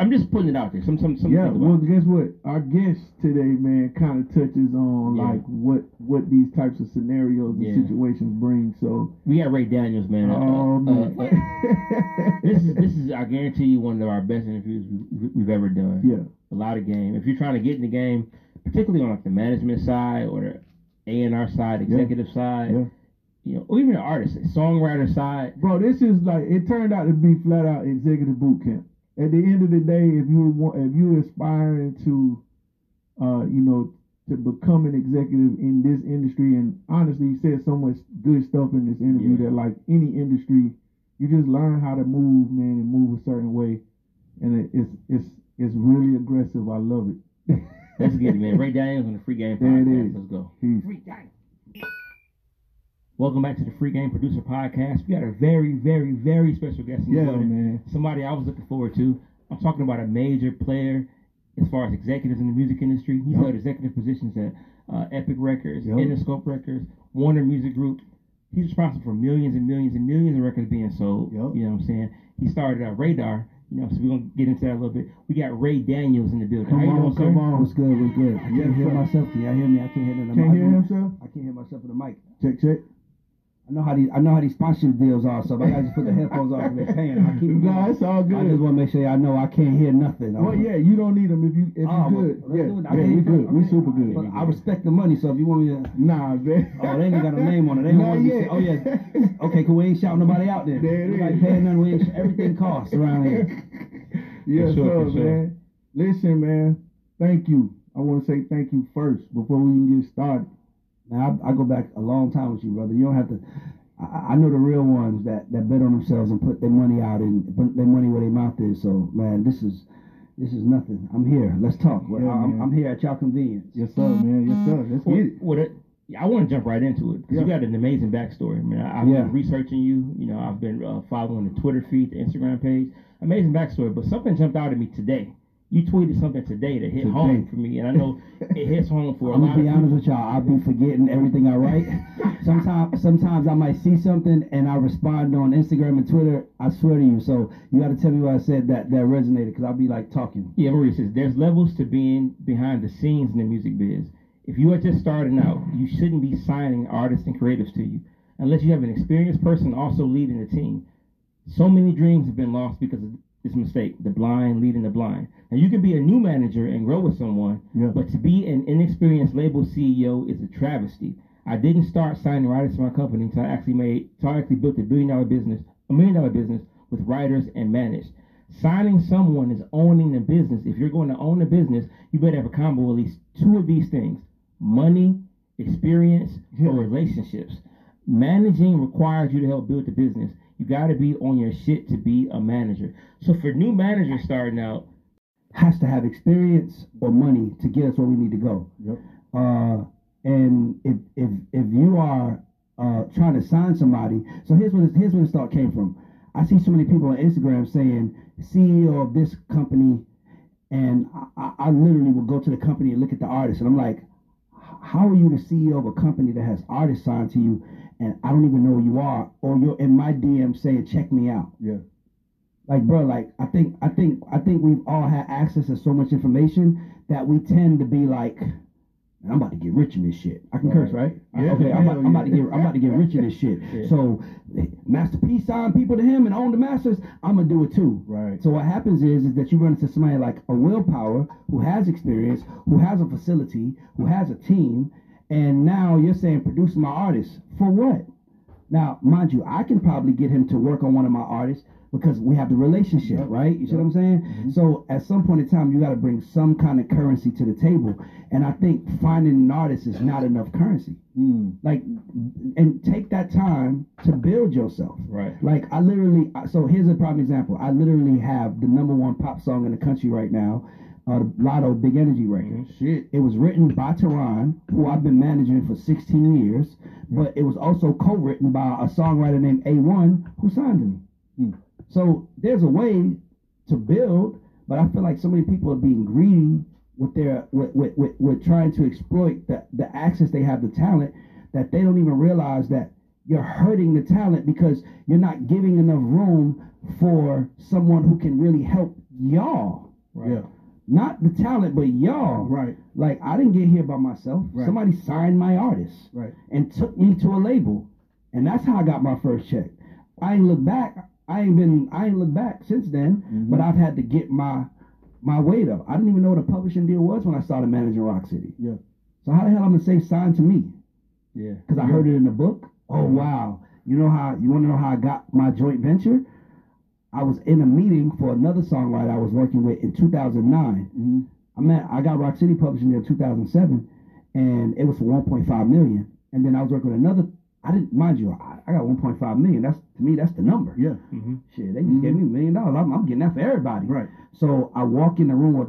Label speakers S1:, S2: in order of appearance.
S1: I'm just putting it out there. Some some some.
S2: Yeah,
S1: think about
S2: well,
S1: it.
S2: guess what? Our guest today, man, kind of touches on
S1: Yeah.
S2: like what what these types of scenarios and
S1: Yeah.
S2: situations bring. So,
S1: we got Ray Daniels, man. Uh,
S2: oh
S1: uh,
S2: man,
S1: uh, uh, this is this is I guarantee you one of our best interviews we- we've ever done.
S2: yeah,
S1: a lot of game. If you're trying to get in the game, particularly on like the management side or the A and R side,
S2: Yeah.
S1: executive side,
S2: Yeah.
S1: you know, or even the artist, songwriter side.
S2: bro, this is like it turned out to be flat out executive boot camp. At the end of the day, if you want, if you're aspiring to, uh, you know, to become an executive in this industry, and honestly, you said so much good stuff in this interview
S1: Yeah.
S2: that like any industry, you just learn how to move, man, and move a certain way, and it, it's it's it's really aggressive. I love it.
S1: Let's get it, man. Ray Daniels on the Free Game
S2: There it
S1: Podcast.
S2: is.
S1: Let's go.
S2: Peace.
S1: Free Game. Welcome back to the Free Game Producer Podcast. We got a very, very, very special guest in the
S2: Yeah,
S1: building.
S2: man.
S1: Somebody I was looking forward to. I'm talking about a major player as far as executives in the music industry. He's
S2: Yup.
S1: held executive positions at uh, Epic Records,
S2: Yup.
S1: Interscope Records, Warner Music Group. He's responsible for millions and millions and millions of records being sold.
S2: Yup.
S1: You know what I'm saying? He started at Radar. You know, so we're gonna get into that a little bit. We got Ray Daniels in the building. How
S2: Come
S1: you
S2: on,
S1: doing, sir?
S2: come on.
S3: What's good? What's good? I can't
S2: Yes,
S3: hear
S2: sir.
S3: myself. Can y'all hear me? I can't hear nothing.
S2: Can't
S3: I
S2: hear
S3: don't-
S2: himself.
S3: I can't hear myself in the mic.
S2: Check check.
S3: I know how these. I know how these sponsorship deals are. So if I gotta just put the headphones on and they're paying. I keep.
S2: Nah, it's all
S3: I just
S2: good.
S3: want to make sure y'all know I can't hear nothing.
S2: Well, yeah, you don't need them if you if you
S3: Oh, well,
S2: good.
S3: let's
S2: Yeah,
S3: do it. I
S2: yeah,
S3: can't
S2: we
S3: hear-
S2: good. We
S3: okay,
S2: super
S3: all right,
S2: good.
S3: But I respect the money. So if you want me to,
S2: Nah, man.
S3: oh, they ain't got a name on it. They don't
S2: Nah,
S3: want me to.
S2: yeah.
S3: Say, oh yes. Okay, cool. We ain't shouting nobody out there.
S2: There it
S3: Nobody
S2: is.
S3: paying nothing. We ain't, everything costs around here.
S2: yes,
S1: For sure, for
S2: sir,
S1: sure.
S2: man. Listen, man. Thank you. I want to say thank you first before we even get started.
S3: Now I, I go back a long time with you, brother. You don't have to. I, I know the real ones that that bet on themselves and put their money out and put their money where their mouth is. So man, this is this is nothing. I'm here. Let's talk. Well,
S2: Yeah,
S3: I'm,
S2: man.
S3: I'm here at y'all convenience.
S2: Yes, sir, man. Yes,
S3: Mm-hmm.
S2: sir. Let's
S1: Well,
S2: get it.
S1: well, that- yeah, I want to jump right into it because you
S2: Yeah.
S1: got an amazing backstory. I mean, I, I've
S3: Yeah.
S1: been researching you. You know, I've been uh, following the Twitter feed, the Instagram page. Amazing backstory, but something jumped out at me today. You tweeted something today that hit
S2: Today.
S1: home for me, and I know it hits home for a
S3: I'm
S1: lot
S3: gonna
S1: of
S3: be
S1: people.
S3: honest with y'all. I'll be forgetting everything I write. sometimes, sometimes I might see something and I respond on Instagram and Twitter. I swear to you. So you got to tell me what I said that that resonated because I'll be like talking.
S1: Yeah, Maria says there's levels to being behind the scenes in the music biz. If you are just starting out, you shouldn't be signing artists and creatives to you unless you have an experienced person also leading the team. So many dreams have been lost because of this mistake, the blind leading the blind. And you can be a new manager and grow with someone,
S2: Yeah.
S1: but to be an inexperienced label CEO is a travesty. I didn't start signing writers for my company until I actually made, until I actually built a billion dollar business, a million dollar business with writers and managed. Signing someone is owning the business. If you're going to own a business, you better have a combo of at least two of these things: money, experience, or
S2: Yeah.
S1: relationships. Managing requires you to help build the business. You got to be on your shit to be a manager. So for new managers starting out,
S3: Has to have experience or money to get us where we need to go.
S2: Yep.
S3: uh, and if if if you are uh, trying to sign somebody, so here's where this, here's where this thought came from. I see so many people on Instagram saying CEO of this company, and I- I, I literally will go to the company and look at the artist, and I'm like, how are you the CEO of a company that has artists signed to you, and I don't even know who you are, or you're in my DM saying check me out
S2: Yeah.
S3: like bro like i think i think i think we've all had access to so much information that we tend to be like man, i'm about to get rich in this shit i can curse right I-
S2: Yeah,
S3: okay I'm about, I'm about to
S2: hell yeah.
S3: get i'm about to get rich in this shit
S1: Yeah.
S3: so eh, master p signed people to him and own the masters i'm gonna do it too
S2: Right.
S3: so what happens is is that you run into somebody like a willpower who has experience who has a facility who has a team and now you're saying produce my artist for what now, mind you, I can probably get him to work on one of my artists because we have the relationship, right? You see what I'm saying?
S2: Mm-hmm.
S3: So at some point in time, you got to bring some kind of currency to the table, and I think finding an artist is not enough currency.
S2: Mm.
S3: Like, and take that time to build yourself.
S1: Right.
S3: Like I literally. I- So here's a prime example. I literally have the number one pop song in the country right now, uh, Lotto Big Energy record.
S2: Mm-hmm. Shit.
S3: It was written by Tehran, who I've been managing for 16 years, but it was also co-written by a songwriter named A1 who signed to me.
S2: Hmm.
S3: So there's a way to build, but I feel like so many people are being greedy with their with with, with, with trying to exploit the, the access they have to talent that they don't even realize that you're hurting the talent because you're not giving enough room for someone who can really help y'all,
S1: Right.
S2: Yeah.
S3: not the talent, but y'all.
S2: Right.
S3: Like I didn't get here by myself.
S2: Right.
S3: Somebody signed my artist
S2: Right.
S3: and took me to a label, and that's how I got my first check. I ain't looked back. I ain't been. I ain't looked back since then. But I've had to get my my weight up. I didn't even know what a publishing deal was when I started managing Rock City.
S2: Yeah.
S3: So how the hell I'm gonna say sign to me?
S1: Yeah.
S3: Because I heard it in a book. Oh
S2: Mm-hmm.
S3: wow! You know how you want to know how I got my joint venture? I was in a meeting for another songwriter I was working with in 2009.
S2: Mhm.
S3: I met I got Rock City Publishing in 2007, and it was for 1.5 million. And then I was working with another. I didn't mind you. I, I got 1.5 million. That's to me that's the number.
S2: Yeah.
S1: Mm-hmm.
S3: Shit, they just gave me a million dollars. I'm, I'm getting that for everybody.
S2: Right.
S3: So I walk in the room with